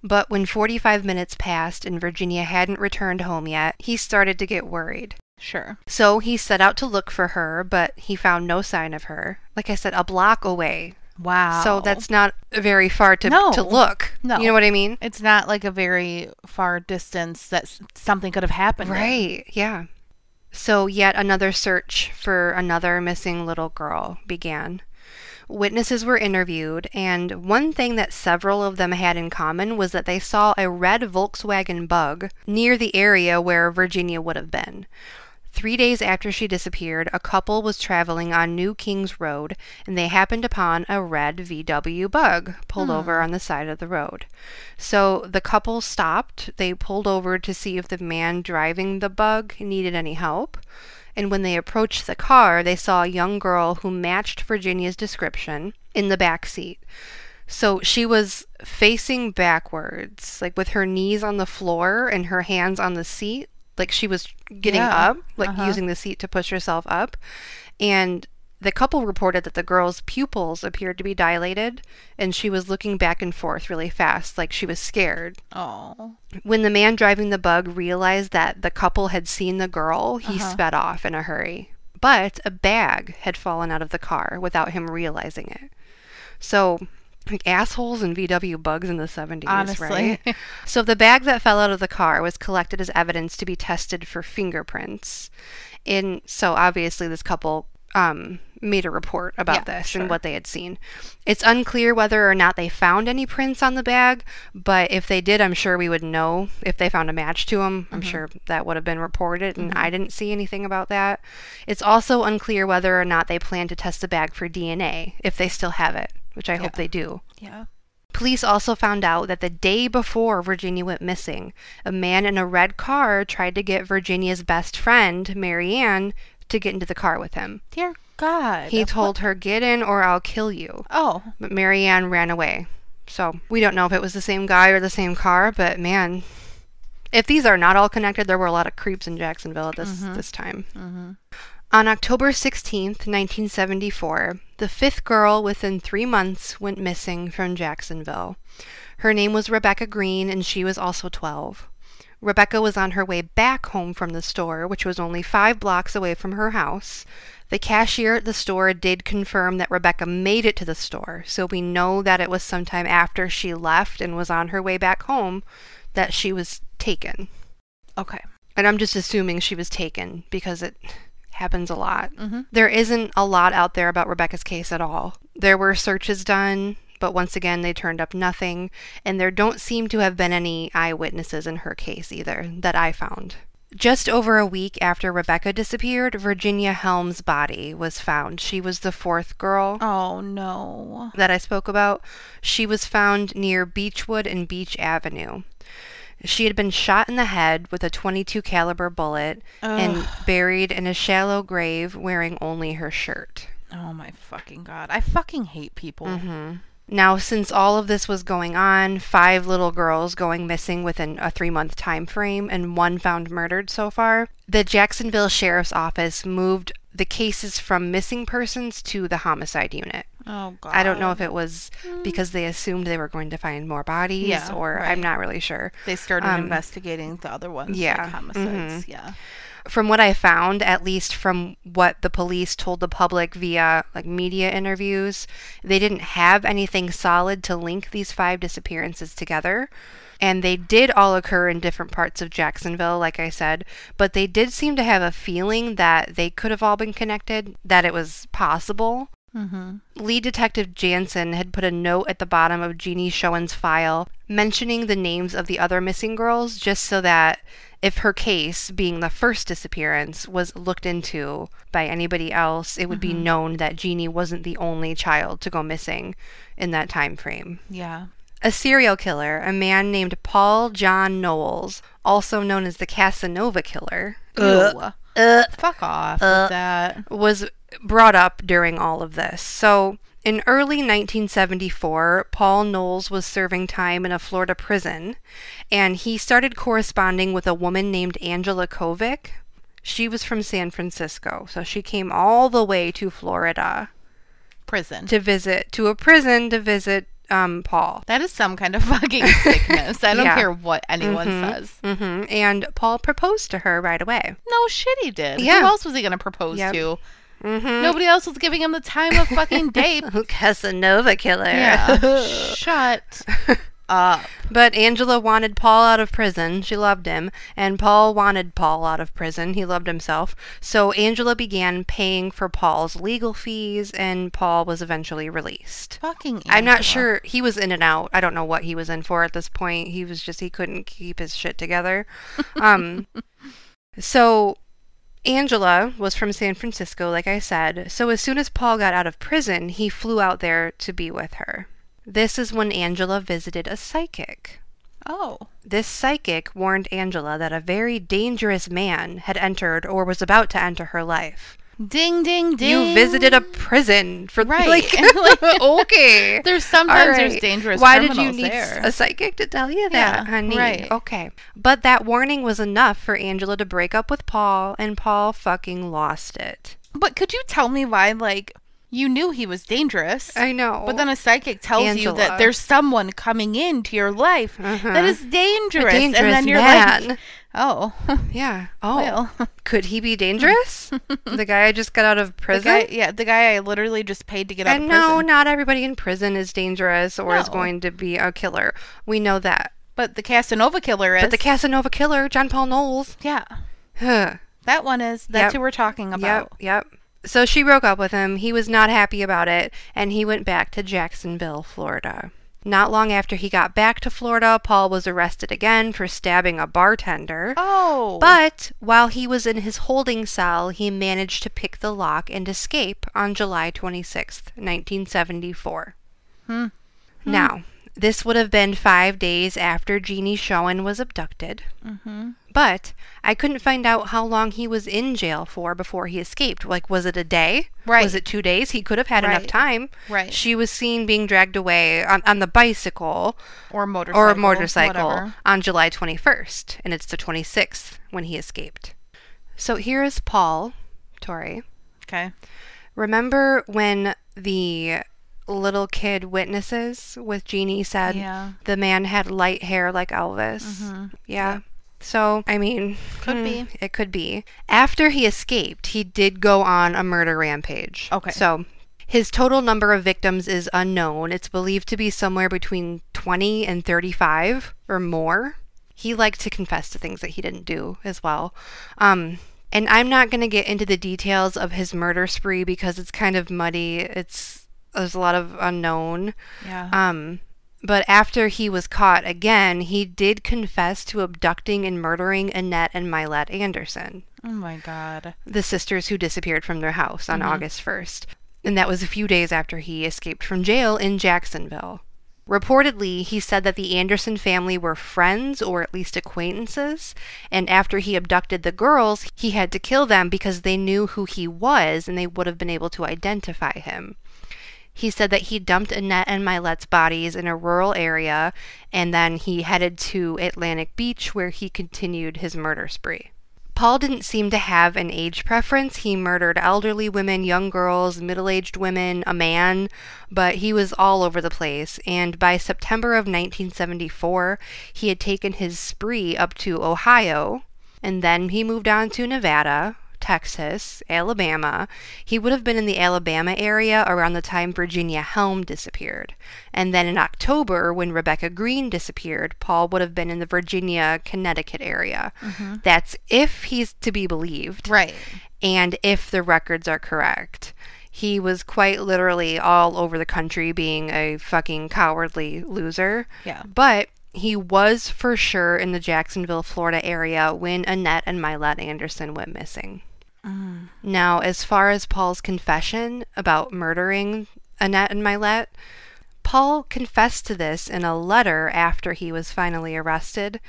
B: But when 45 minutes passed and Virginia hadn't returned home yet, he started to get worried.
C: Sure.
B: So he set out to look for her, but he found no sign of her. Like I said, a block away.
C: Wow.
B: So that's not very far to,
C: No.
B: to look.
C: No.
B: You know what I mean?
C: It's not like a very far distance that s- something could have happened. in.
B: Right, yeah. So, yet another search for another missing little girl began. Witnesses were interviewed, and one thing that several of them had in common was that they saw a red Volkswagen bug near the area where Virginia would have been. Three days after she disappeared, a couple was traveling on New Kings Road and they happened upon a red VW bug pulled over on the side of the road. So the couple stopped. They pulled over to see if the man driving the bug needed any help. And when they approached the car, they saw a young girl who matched Virginia's description in the back seat. So she was facing backwards, like with her knees on the floor and her hands on the seat, like she was getting
C: Yeah.
B: up, like using the seat to push herself up. And the couple reported that the girl's pupils appeared to be dilated and she was looking back and forth really fast, like she was scared.
C: Oh.
B: When the man driving the bug realized that the couple had seen the girl, he sped off in a hurry. But a bag had fallen out of the car without him realizing it. So, like assholes and VW bugs in the 70s,
C: Honestly.
B: right? so, the bag that fell out of the car was collected as evidence to be tested for fingerprints. And so, obviously, this couple um, made a report about
C: Yeah,
B: this and what they had seen. It's unclear whether or not they found any prints on the bag, but if they did, I'm sure we would know if they found a match to them. I'm sure that would have been reported, and I didn't see anything about that. It's also unclear whether or not they plan to test the bag for DNA if they still have it, which I hope they do.
C: Yeah.
B: Police also found out that the day before Virginia went missing, a man in a red car tried to get Virginia's best friend, Marianne, to get into the car with him.
C: Dear God.
B: He told her, Get in or I'll kill you.
C: Oh.
B: But Marianne ran away. So we don't know if it was the same guy or the same car, but man, if these are not all connected, there were a lot of creeps in Jacksonville at this, this time. On October 16th, 1974, the fifth girl within three months went missing from Jacksonville. Her name was Rebecca Green, and she was also 12. Rebecca was on her way back home from the store, which was only five blocks away from her house. The cashier at the store did confirm that Rebecca made it to the store, so we know that it was sometime after she left and was on her way back home that she was taken.
C: Okay.
B: And I'm just assuming she was taken because it happens a lot.
C: Mhm.
B: There isn't a lot out there about Rebecca's case at all. There were searches done, but once again, they turned up nothing. And there don't seem to have been any eyewitnesses in her case either that I found. Just over a week after Rebecca disappeared, Virginia Helm's body was found. She was the fourth girl
C: Oh no.
B: that I spoke about, she was found near Beechwood and Beach Avenue. She had been shot in the head with a 22 caliber bullet and buried in a shallow grave wearing only her shirt.
C: Oh my fucking God. I fucking hate people.
B: Mm-hmm. Now, since all of this was going on, five little girls going missing within a three month time frame and one found murdered so far, the Jacksonville Sheriff's Office moved the cases from missing persons to the homicide unit.
C: Oh god.
B: I don't know if it was because they assumed they were going to find more bodies
C: Hmm. Yeah,
B: or
C: right.
B: I'm not really sure.
C: they started
B: um,
C: investigating the other ones.
B: yeah, Mm-hmm.
C: Like homicides. Yeah.
B: From what I found, at least from what the police told the public via like media interviews, they didn't have anything solid to link these five disappearances together. And they did all occur in different parts of Jacksonville, like I said, but they did seem to have a feeling that they could have all been connected, that it was possible.
C: Mm-hmm.
B: Lead Detective Jansen had put a note at the bottom of Jeannie Schoen's file mentioning the names of the other missing girls just so that if her case, being the first disappearance, was looked into by anybody else, it would be known that Jeannie wasn't the only child to go missing in that time frame.
C: Yeah.
B: A serial killer, a man named Paul John Knowles, also known as the Casanova Killer,
C: Ew.
B: uh,
C: Fuck off with that.
B: was brought up during all of this. So, in early 1974, Paul Knowles was serving time in a Florida prison, and he started corresponding with a woman named Angela Kovic. She was from San Francisco, so she came all the way to Florida
C: Prison.
B: to visit, to a prison to visit um, Paul.
C: That is some kind of fucking sickness. I don't
B: Yeah.
C: care what anyone says.
B: hmm And Paul proposed to her right away.
C: No shit, he did.
B: Yeah.
C: Who else was he gonna propose
B: Yep. Mm-hmm.
C: to? Nobody else was giving him the time of fucking day.
B: Casanova killer.
C: yeah. Shut up.
B: But Angela wanted Paul out of prison. She loved him. And Paul wanted Paul out of prison. He loved himself. So Angela began paying for Paul's legal fees, and Paul was eventually released.
C: Fucking.
B: I'm not
C: Angela.
B: sure. He was in and out. I don't know what he was in for at this point. He was just, he couldn't keep his shit together. Um, so Angela was from San Francisco, like I said. So as soon as Paul got out of prison, he flew out there to be with her. This is when Angela visited a psychic.
C: Oh.
B: This psychic warned Angela that a very dangerous man had entered or was about to enter her life.
C: Ding ding ding.
B: You visited a prison for
C: Right.
B: like,
C: Like-
B: okay.
C: There's sometimes there's
B: Alright.
C: dangerous.
B: Why did you
C: criminals
B: need
C: there.
B: a psychic to tell you that,
C: Yeah,
B: honey?
C: right.
B: Okay. But that warning was enough for Angela to break up with Paul, and Paul fucking lost it.
C: But could you tell me why, like, you knew he was dangerous?
B: I know.
C: But then a psychic tells you
B: Angela. Uh-huh.
C: that there's someone coming into your life that is dangerous.
B: dangerous
C: and then you're
B: man.
C: like, oh,
B: yeah. Oh,
C: well.
B: could he be dangerous? the guy I just got out of
C: The
B: prison.
C: guy, yeah, the guy I literally just paid to get out
B: and
C: of
B: no,
C: prison.
B: not everybody in prison is dangerous or is
C: No.
B: going to be a killer. We know that.
C: But the Casanova killer is.
B: But the Casanova killer, John Paul Knowles.
C: yeah,
B: Huh.
C: that one is. That's
B: Yep.
C: who we're talking about.
B: Yep, yep. So she broke up with him. He was not happy about it, and he went back to Jacksonville, Florida. Not long after he got back to Florida, Paul was arrested again for stabbing a bartender.
C: Oh,
B: But while he was in his holding cell, he managed to pick the lock and escape on July 26th, 1974.
C: Hmm.
B: Now, this would have been five days after Jeannie Schoen was abducted,
C: hmm
B: but I couldn't find out how long he was in jail for before he escaped. Like, was it a day?
C: Right.
B: Was it two days? He could have had enough
C: Right.
B: time.
C: Right.
B: She was seen being dragged away on, on the bicycle
C: or motorcycle,
B: or a motorcycle
C: whatever.
B: on July 21st, and it's the 26th when he escaped. So here is Paul, Tori.
C: Okay.
B: Remember when the little kid witnesses with Jeannie said
C: Yeah. Mm-hmm.
B: the man had light hair like Elvis? Yeah. So, I mean,
C: Could
B: hmm,
C: be.
B: It could be. After he escaped, he did go on a murder rampage.
C: Okay.
B: So, his total number of victims is unknown. It's believed to be somewhere between 20 and 35 or more. He liked to confess to things that he didn't do as well. Um, and I'm not going to get into the details of his murder spree because it's kind of muddy. It's there's a lot of unknown.
C: Yeah.
B: Um, but after he was caught again, he did confess to abducting and murdering Annette and Mylette Anderson,
C: oh my god.
B: the sisters who disappeared from their house on August 1st. And that was a few days after he escaped from jail in Jacksonville. Reportedly, he said that the Anderson family were friends or at least acquaintances, and after he abducted the girls, he had to kill them because they knew who he was and they would have been able to identify him. He said that he dumped Annette and Mylette's bodies in a rural area and then he headed to Atlantic Beach where he continued his murder spree. Paul didn't seem to have an age preference. He murdered elderly women, young girls, middle aged women, a man, but he was all over the place. And by September of 1974, he had taken his spree up to Ohio, and then he moved on to Nevada, Texas, Alabama. He would have been in the Alabama area around the time Virginia Helm disappeared. And then in October, when Rebecca Green disappeared, Paul would have been in the Virginia, Connecticut area. That's if he's to be believed
C: Right.
B: and if the records are correct. He was quite literally all over the country being a fucking cowardly loser.
C: Yeah.
B: But he was for sure in the Jacksonville, Florida area when Annette and Mylette Anderson went missing. Now, as far as Paul's confession about murdering Annette and Mylette, Paul confessed to this in a letter after he was finally arrested.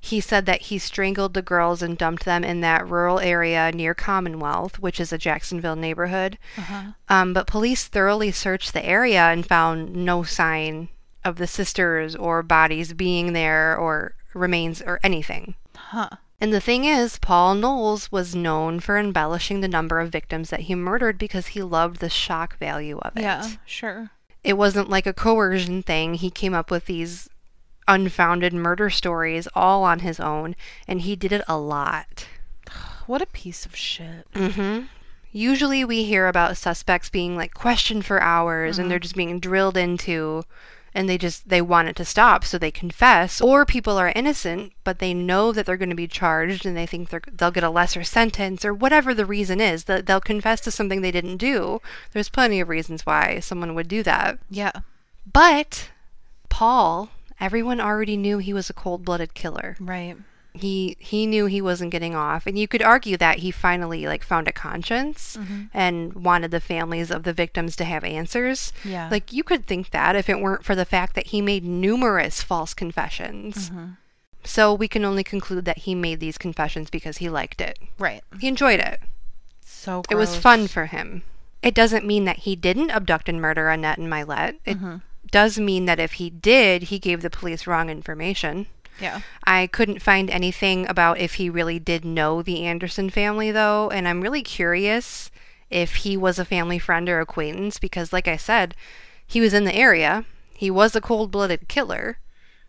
B: He said that he strangled the girls and dumped them in that rural area near Commonwealth, which is a Jacksonville neighborhood.
C: Uh-huh.
B: Um, but police thoroughly searched the area and found no sign of the sisters or bodies being there or remains or anything.
C: Huh.
B: And the thing is, Paul Knowles was known for embellishing the number of victims that he murdered because he loved the shock value of it.
C: Yeah. Sure.
B: It wasn't like a coercion thing. He came up with these unfounded murder stories all on his own, and he did it a lot.
C: What a piece of shit.
B: Usually we hear about suspects being like questioned for hours and they're just being drilled into and they just they want it to stop so they confess or people are innocent but they know that they're going to be charged and they think they're, they'll get a lesser sentence or whatever the reason is that they'll confess to something they didn't do there's plenty of reasons why someone would do that
C: Yeah.
B: but paul everyone already knew he was a cold-blooded killer
C: Right.
B: he he knew he wasn't getting off and you could argue that he finally like found a conscience and wanted the families of the victims to have answers
C: Yeah.
B: like you could think that if it weren't for the fact that he made numerous false confessions so we can only conclude that he made these confessions because he liked it
C: Right.
B: he enjoyed it
C: So
B: it was
C: gross.
B: fun for him. It doesn't mean that he didn't abduct and murder Annette and Mylette. It does mean that if he did, he gave the police wrong information.
C: Yeah.
B: I couldn't find anything about if he really did know the Anderson family, though, and I'm really curious if he was a family friend or acquaintance because, like I said, he was in the area. He was a cold blooded killer.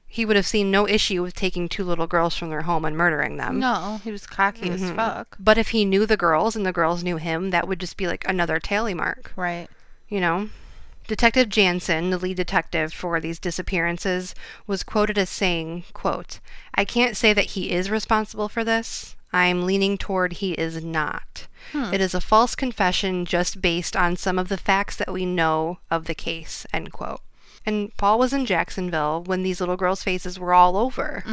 B: He would have seen no issue with taking two little girls from their home and murdering them.
C: No, he was cocky
B: Mm-hmm.
C: as fuck.
B: But if he knew the girls and the girls knew him, that would just be like another tally mark,
C: Right.
B: you know? Detective Jansen, the lead detective for these disappearances, was quoted as saying, quote, I can't say that he is responsible for this. I'm leaning toward he is not. It is a false confession just based on some of the facts that we know of the case, end quote. And Paul was in Jacksonville when these little girls' faces were all over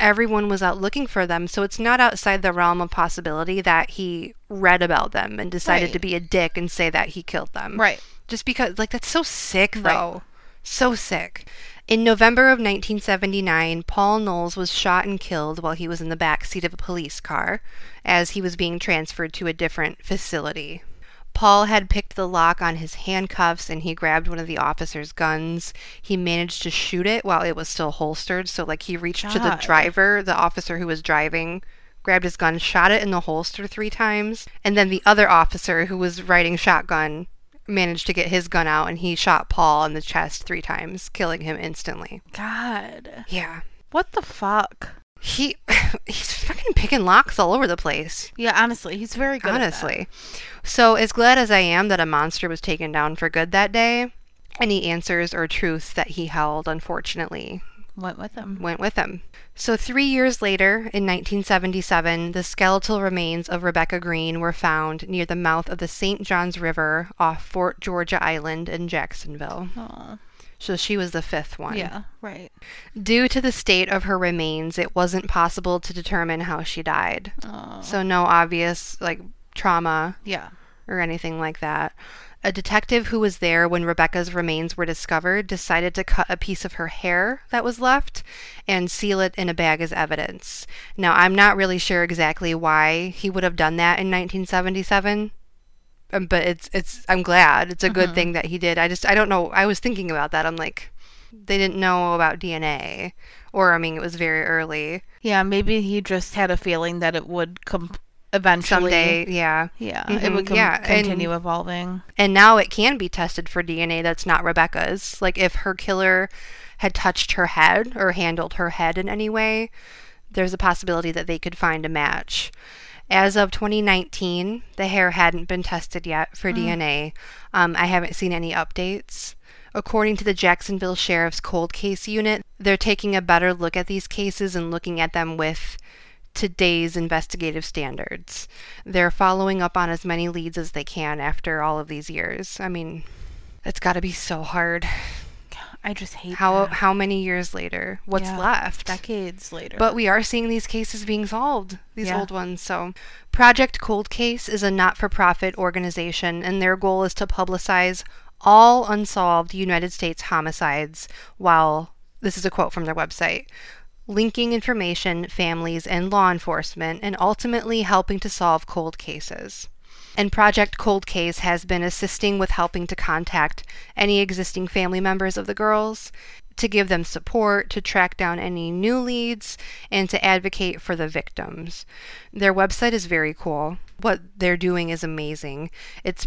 B: everyone was out looking for them, so it's not outside the realm of possibility that he read about them and decided
C: Right.
B: to be a dick and say that he killed them.
C: Right.
B: Just because, like, that's so sick, though. So sick. In November of 1979, Paul Knowles was shot and killed while he was in the back seat of a police car as he was being transferred to a different facility. Paul had picked the lock on his handcuffs and he grabbed one of the officer's guns. He managed to shoot it while it was still holstered, so like he reached to the
C: God.
B: driver, the officer who was driving, grabbed his gun, shot it in the holster 3 times, and then the other officer who was riding shotgun managed to get his gun out and he shot Paul in the chest three times, killing him instantly.
C: God.
B: Yeah.
C: What the fuck?
B: He he's fucking picking locks all over the place.
C: Yeah, honestly, he's very good. at that.
B: honestly. So as glad as I am that a monster was taken down for good that day, any answers or truth that he held, unfortunately,
C: went with him.
B: went with him. So, three years later, in 1977, the skeletal remains of Rebecca Green were found near the mouth of the St. Johns River off Fort Georgia Island in Jacksonville.
C: Oh,
B: So, she was the fifth one.
C: yeah, right.
B: Due to the state of her remains, it wasn't possible to determine how she died.
C: Oh,
B: So, no obvious, like, trauma
C: yeah.
B: or anything like that. A detective who was there when Rebecca's remains were discovered decided to cut a piece of her hair that was left and seal it in a bag as evidence. Now, I'm not really sure exactly why he would have done that in 1977. um, But it's it's I'm glad it's a good thing that he did. I just I don't know. I was thinking about that. I'm like, they didn't know about DNA, or I mean, it was very early.
C: Yeah, maybe he just had a feeling that it would com- eventually.
B: someday. Yeah.
C: Yeah, it
B: Mhm,
C: would com-
B: yeah, and-
C: continue evolving.
B: And now it can be tested for DNA that's not Rebecca's. Like if her killer had touched her head or handled her head in any way, there's a possibility that they could find a match. As of 2019, the hair hadn't been tested yet for DNA. Um, I haven't seen any updates. According to the Jacksonville Sheriff's Cold Case Unit, they're taking a better look at these cases and looking at them with today's investigative standards. They're following up on as many leads as they can after all of these years. I mean, it's got to be so hard.
C: I just hate
B: How
C: that.
B: how many years later? What's
C: Yeah.
B: left?
C: decades later.
B: But we are seeing these cases being solved, these
C: Yeah.
B: old ones. So, Project Cold Case is a not for profit organization, and their goal is to publicize all unsolved United States homicides while this is a quote from their website linking information, families, and law enforcement, and ultimately helping to solve cold cases. And Project Cold Case has been assisting with helping to contact any existing family members of the girls, to give them support, to track down any new leads, and to advocate for the victims. Their website is very cool. What they're doing is amazing. It's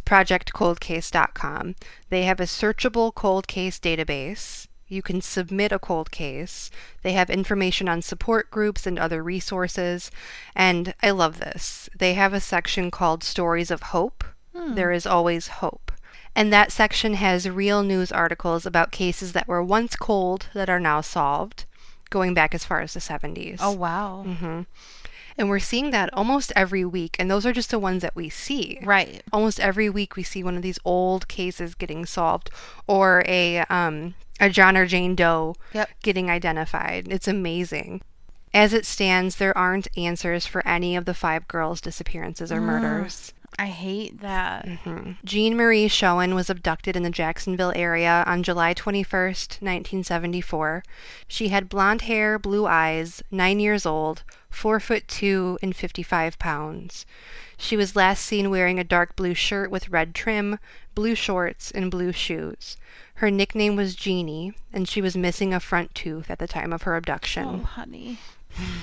B: projectcoldcase.com. They have a searchable cold case database. You can submit a cold case. They have information on support groups and other resources. And I love this. They have a section called Stories of Hope.
C: Hmm.
B: There is always hope. And that section has real news articles about cases that were once cold that are now solved, going back as far as the 70s.
C: oh wow,
B: Mm-hmm. And we're seeing that almost every week. And those are just the ones that we see
C: right?
B: almost every week we see one of these old cases getting solved or a um, a John or Jane Doe
C: Yep.
B: getting identified. It's amazing. As it stands, there aren't answers for any of the five girls' disappearances or murders.
C: I hate that.
B: Mm-hmm. Jean Marie Schoen was abducted in the Jacksonville area on July 21st, 1974. She had blonde hair, blue eyes, nine years old, four foot two, and 55 pounds. She was last seen wearing a dark blue shirt with red trim, blue shorts, and blue shoes. Her nickname was Jeannie, and she was missing a front tooth at the time of her abduction.
C: Oh, honey.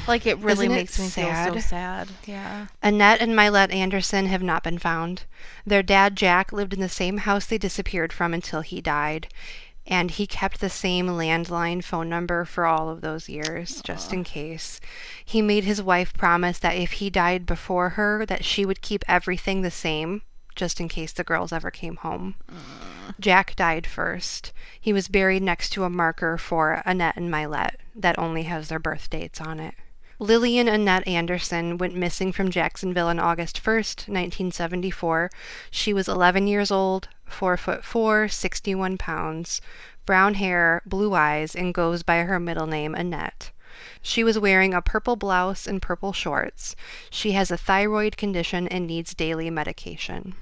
C: Like it really
B: Isn't it
C: makes me feel so
B: sad?
C: sad. Yeah.
B: Annette and Mylette Anderson have not been found. Their dad, Jack, lived in the same house they disappeared from until he died, and he kept the same landline phone number for all of those years, just in case. He made his wife promise that if he died before her, that she would keep everything the same, just in case the girls ever came home. Jack died first. He was buried next to a marker for Annette and Mylette that only has their birth dates on it. Lillian Annette Anderson went missing from Jacksonville on August 1st, 1974. She was 11 years old, 4 foot 4, 61 pounds, brown hair, blue eyes, and goes by her middle name Annette. She was wearing a purple blouse and purple shorts. She has a thyroid condition and needs daily medication.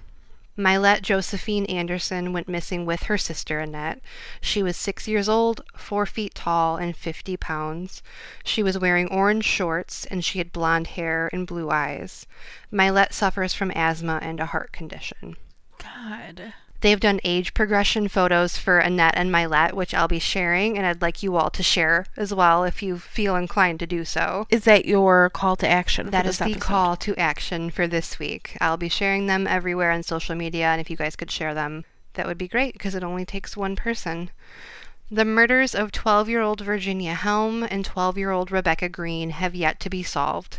B: Mylette Josephine Anderson went missing with her sister Annette. She was six years old, four feet tall, and 50 pounds. She was wearing orange shorts and she had blonde hair and blue eyes. Mylette suffers from asthma and a heart condition.
C: God.
B: They've done age progression photos for Annette and Mylette, which I'll be sharing, and I'd like you all to share as well if you feel inclined to do so.
C: Is that your call to action?
B: That is the call to action for this week. I'll be sharing them everywhere on social media, and if you guys could share them, that would be great because it only takes one person. The murders of 12 year old Virginia Helm and 12 year old Rebecca Green have yet to be solved.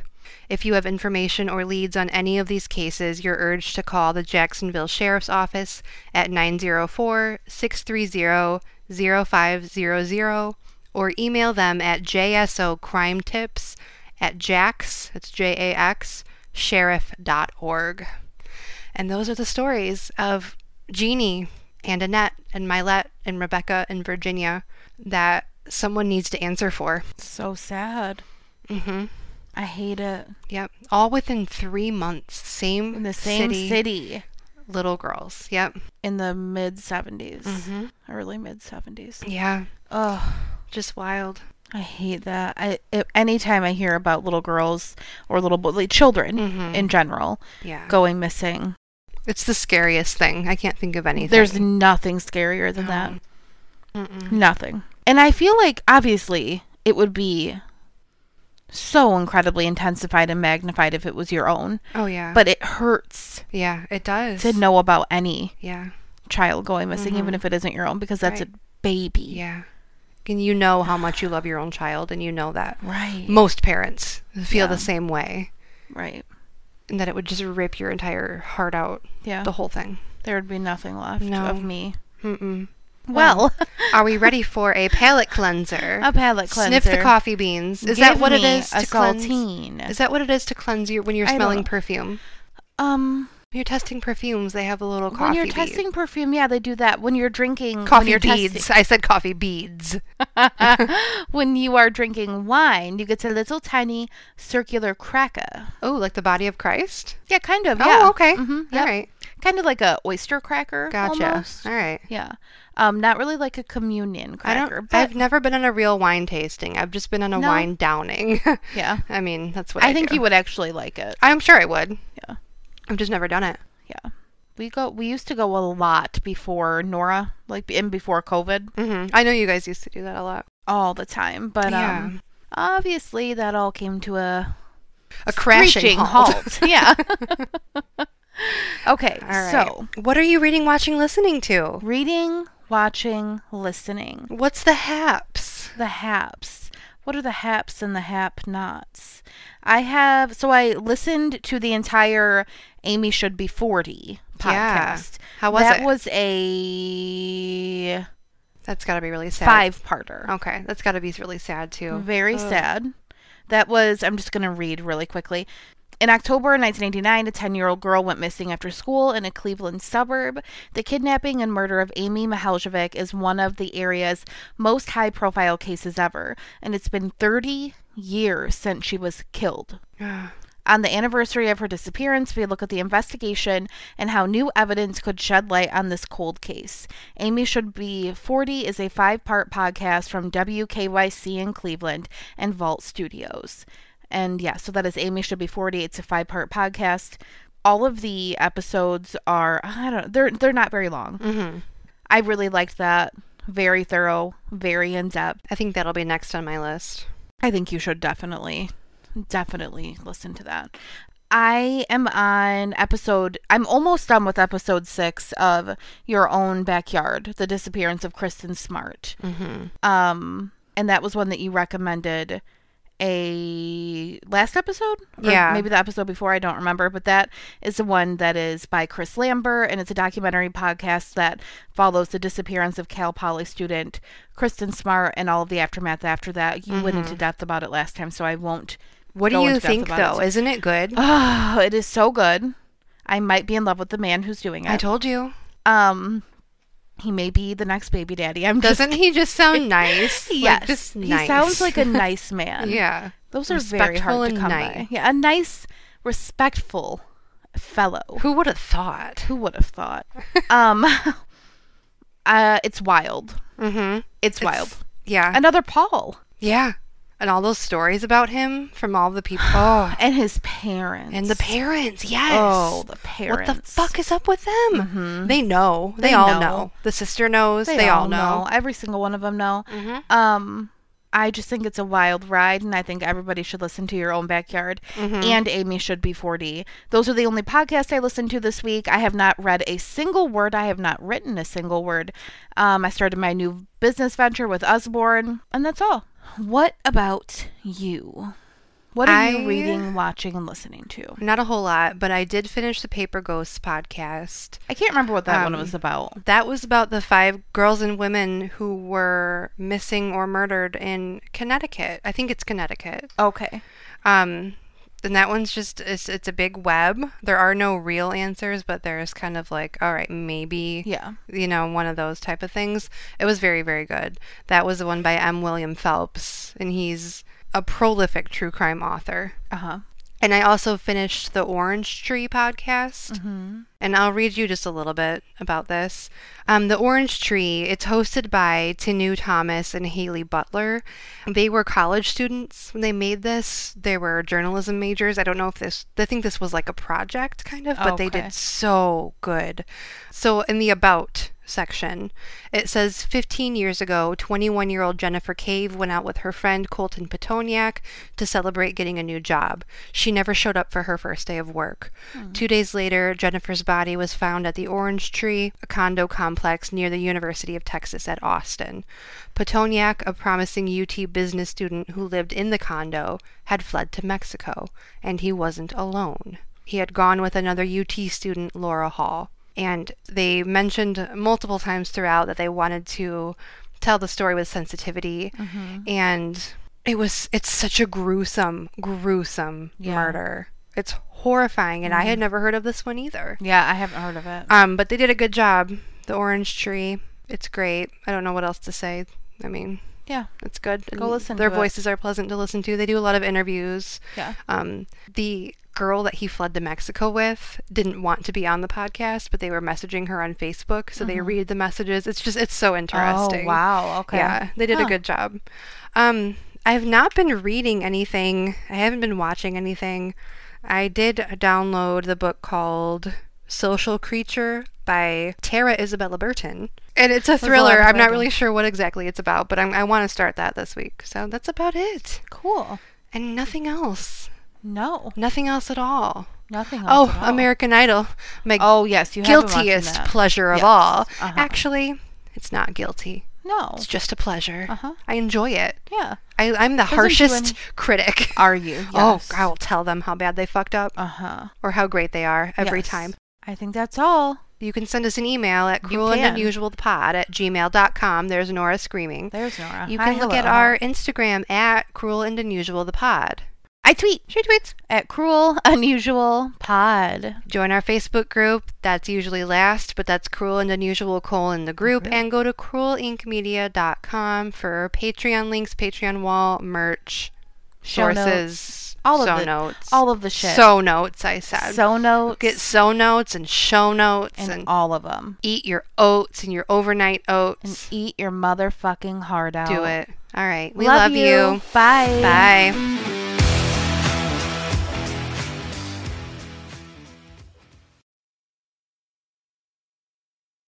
B: If you have information or leads on any of these cases, you're urged to call the Jacksonville Sheriff's Office at 904 630 0500 or email them at jsocrimetips at jax, that's J-A-X, sheriff.org. And those are the stories of Jeannie and Annette and Mylette and Rebecca and Virginia that someone needs to answer for.
C: So sad.
B: hmm
C: I hate it.
B: Yep. All within three months. Same,
C: In the same
B: city,
C: city,
B: Little girls. Yep.
C: in the mid 70s,
B: Mm-hmm.
C: early mid 70s.
B: Yeah.
C: Oh,
B: Just wild.
C: I hate that. I it, anytime I hear about little girls or little bo- like children
B: Mm-hmm.
C: in general
B: Yeah.
C: going missing,
B: It's the scariest thing. I can't think of anything.
C: there's nothing scarier than that. Nothing. And I feel like obviously it would be so incredibly intensified and magnified if it was your own.
B: Oh yeah.
C: But it hurts
B: yeah, it does.
C: to know about any
B: Yeah.
C: child going missing, even if it isn't your own, because that's
B: Mm-hmm. Right.
C: a baby.
B: Yeah. And you know how much you love your own child and you know that.
C: Right.
B: Most parents feel
C: Yeah.
B: the same way
C: right.
B: and that it would just rip your entire heart out,
C: Yeah.
B: the whole thing.
C: there would be nothing left
B: No.
C: of me.
B: Mm-mm.
C: Well,
B: Are we ready for a palate cleanser?
C: a palate cleanser.
B: Sniff the coffee beans. Is that
C: Give
B: what it
C: me
B: is
C: a
B: to cleanse?
C: saltine.
B: Is that what it is to cleanse your when you're
C: I don't
B: smelling
C: know.
B: perfume?
C: um,
B: When you're testing perfumes, they have a little coffee
C: when you're
B: bead.
C: testing perfume, yeah, they do that. When you're drinking when
B: coffee
C: you're
B: beads.
C: testing-
B: I said coffee beads.
C: when you are drinking wine, you get a little tiny circular cracker.
B: Oh, like the body of Christ?
C: Yeah, kind of. yeah.
B: Oh, okay.
C: hmm
B: All right.
C: Kind of like a oyster cracker.
B: Gotcha.
C: almost.
B: All right.
C: Yeah. Um, not really like a communion
B: I
C: cracker,
B: don't.
C: but
B: I've never been on a real wine tasting. I've just been on a
C: No.
B: wine downing.
C: yeah.
B: I mean, that's what I,
C: I think
B: do.
C: you would actually like it.
B: I'm sure I would.
C: Yeah.
B: I've just never done it.
C: Yeah. We go we used to go a lot before Nora, like in before COVID,
B: hmm I know you guys used to do that a lot.
C: all the time, but
B: Yeah.
C: um obviously that all came to a
B: A crashing
C: screeching halt. yeah. okay.
B: All right.
C: So,
B: what are you reading, watching, listening to?
C: reading, watching, listening.
B: What's the haps?
C: The haps. What are the haps and the hap nots? I have so I listened to the entire Amy Should Be 40
B: Yeah.
C: podcast.
B: How was
C: that
B: it?
C: was a
B: That's got to be really sad.
C: five parter.
B: Okay, that's got to be really sad too.
C: Very sad. That was, I'm just going to read really quickly. In October 1989, a 10 year old girl went missing after school in a Cleveland suburb. The kidnapping and murder of Amy Mihaljevic is one of the area's most high profile cases ever, and it's been 30 years since she was killed. On the anniversary of her disappearance, we look at the investigation and how new evidence could shed light on this cold case. Amy Should Be 40 is a five part podcast from WKYC in Cleveland and Vault Studios. And yeah, so that is Amy Should Be 40. It's a five part podcast. All of the episodes are, I don't know, they're, they're not very long.
B: Mhm.
C: I really liked that. Very thorough, very in depth.
B: I think that'll be next on my list.
C: I think you should definitely, definitely listen to that. I am on episode, I'm almost done with episode six of Your Own Backyard The Disappearance of Kristen Smart.
B: Mm-hmm.
C: Um, and that was one that you recommended a last episode Or
B: Yeah.
C: maybe the episode before i don't remember but that is the one that is by chris lambert and it's a documentary podcast that follows the disappearance of cal poly student kristen smart and all of the aftermath after that you went
B: Mm-hmm.
C: into depth about it last time so i won't
B: What do
C: go
B: you
C: into depth
B: think
C: about
B: though?
C: it.
B: is Isn't it good?
C: oh it is so good i might be in love with the man who's doing
B: I
C: it
B: told you.
C: um he may be the next baby daddy i'm just
B: Doesn't he just sound nice? Like,
C: yes,
B: just
C: he
B: nice.
C: sounds like a nice man.
B: yeah.
C: Those are very
B: Respectful
C: hard to
B: and
C: come by.
B: nice.
C: Yeah, a nice, respectful fellow.
B: Who would have thought?
C: Who would have thought? um, uh, it's wild.
B: Mm-hmm.
C: It's, wild.
B: Yeah.
C: Another Paul
B: yeah. And all those stories about him from all the people. Oh,
C: and his parents.
B: and the parents. Yes.
C: Oh, the
B: What
C: parents.
B: the fuck is up with them? They know. Mm-hmm. They,
C: They
B: all
C: know.
B: know. The sister knows. They,
C: They, all know. Every single one of them know. Um, I just think it's a wild ride, and I think everybody should listen to your own backyard. And Amy should be 40. Those are the only podcasts I listened to this week. I have not read a single word. I have not written a single word. Um, I started my new business venture with Usborne, and that's all. What about you? What are
B: I-
C: you reading, watching, and listening to?
B: Not a whole lot, but I did finish the Paper Ghosts podcast.
C: I can't remember what that one
B: Um,
C: was about.
B: That was about the five girls and women who were missing or murdered in Connecticut. I think it's Connecticut.
C: Okay.
B: Um, and that one's just it's, it's a big web. There are no real answers, but there is kind of like, all right, maybe
C: Yeah.
B: you know one of those type of things. It was very very good. That was the one by M. William Phelps, and he's a prolific true crime author.
C: Uh huh.
B: And I also finished the Orange Tree podcast. And I'll read you just a little bit about this. Um, the Orange Tree, it's hosted by Tanu Thomas and Haley Butler. They were college students when they made this. They were journalism majors. I don't know if this, I think this was like a project kind of, but they
C: Okay.
B: did so good. So in the About section. It says 15 years ago, 21 year old Jennifer Cave went out with her friend Colton Petoniak to celebrate getting a new job. She never showed up for her first day of work. Two days later, Jennifer's body was found at the Orange Tree, a condo complex near the University of Texas at Austin. Petoniak, a promising UT business student who lived in the condo, had fled to Mexico, and he wasn't alone. He had gone with another UT student, Laura Hall. And they mentioned multiple times throughout that they wanted to tell the story with sensitivity.
C: Mm-hmm.
B: And it was, it's such a gruesome, gruesome murder. It's horrifying. And I
C: Mm-hmm.
B: had never heard of this one either.
C: Yeah, I haven't heard of it.
B: Um, but they did a good job. The orange tree, it's great. I don't know what else to say. I mean,
C: Yeah.
B: it's good.
C: Go
B: and
C: listen
B: Their
C: to it.
B: voices are pleasant to listen to. They do a lot of interviews.
C: Yeah.
B: Um, the girl that he fled to Mexico with didn't want to be on the podcast, but they were messaging her on Facebook, so they read the messages. It's just it's so interesting.
C: Mm-hmm. Oh, wow. Okay.
B: Yeah, they did a
C: Huh.
B: good job. Um, I've not been reading anything. I haven't been watching anything. I did download the book called Social Creature by Tara Isabella Burton. And it's a
C: a lot
B: thriller.
C: of
B: I'm not
C: writing.
B: really sure what exactly it's about, but I'm, I want to start that this week. So that's about it.
C: Cool.
B: And nothing else.
C: No,
B: Nothing else at all.
C: nothing else.
B: Oh,
C: at all.
B: American Idol. My
C: Oh, yes. You have been watching
B: guiltiest
C: that.
B: pleasure of
C: Yes.
B: all.
C: Uh-huh.
B: Actually, it's not guilty.
C: No.
B: It's just a pleasure.
C: Uh-huh.
B: I enjoy it.
C: Yeah.
B: I, I'm the
C: you
B: harshest
C: en-
B: critic.
C: Are you?
B: Oh,
C: Yes.
B: I will tell them how bad they fucked up
C: Uh huh.
B: or how great they are every
C: Yes.
B: time.
C: I think that's all.
B: You can send us an email at
C: You
B: cruel and
C: can.
B: unusual pod at gmail.com. There's Nora screaming.
C: There's Nora.
B: You
C: Hi,
B: can look
C: hello.
B: at our Instagram at cruel and unusual the pod.
C: I tweet. She tweets at Cruel Unusual Pod.
B: Join our Facebook group. That's usually last, but that's Cruel and Unusual colon the group. And go to cruelinkmedia.com for Patreon links, Patreon wall, merch,
C: Show notes.
B: sources,
C: All of
B: so
C: the-
B: notes,
C: all of the shit.
B: So notes, I said.
C: So notes
B: Get so notes and show notes
C: and
B: and,
C: all of them.
B: eat your oats and your overnight
C: And
B: oats.
C: eat your motherfucking heart out.
B: Do it. All right. We
C: love,
B: love, you.
C: Bye.
B: Bye.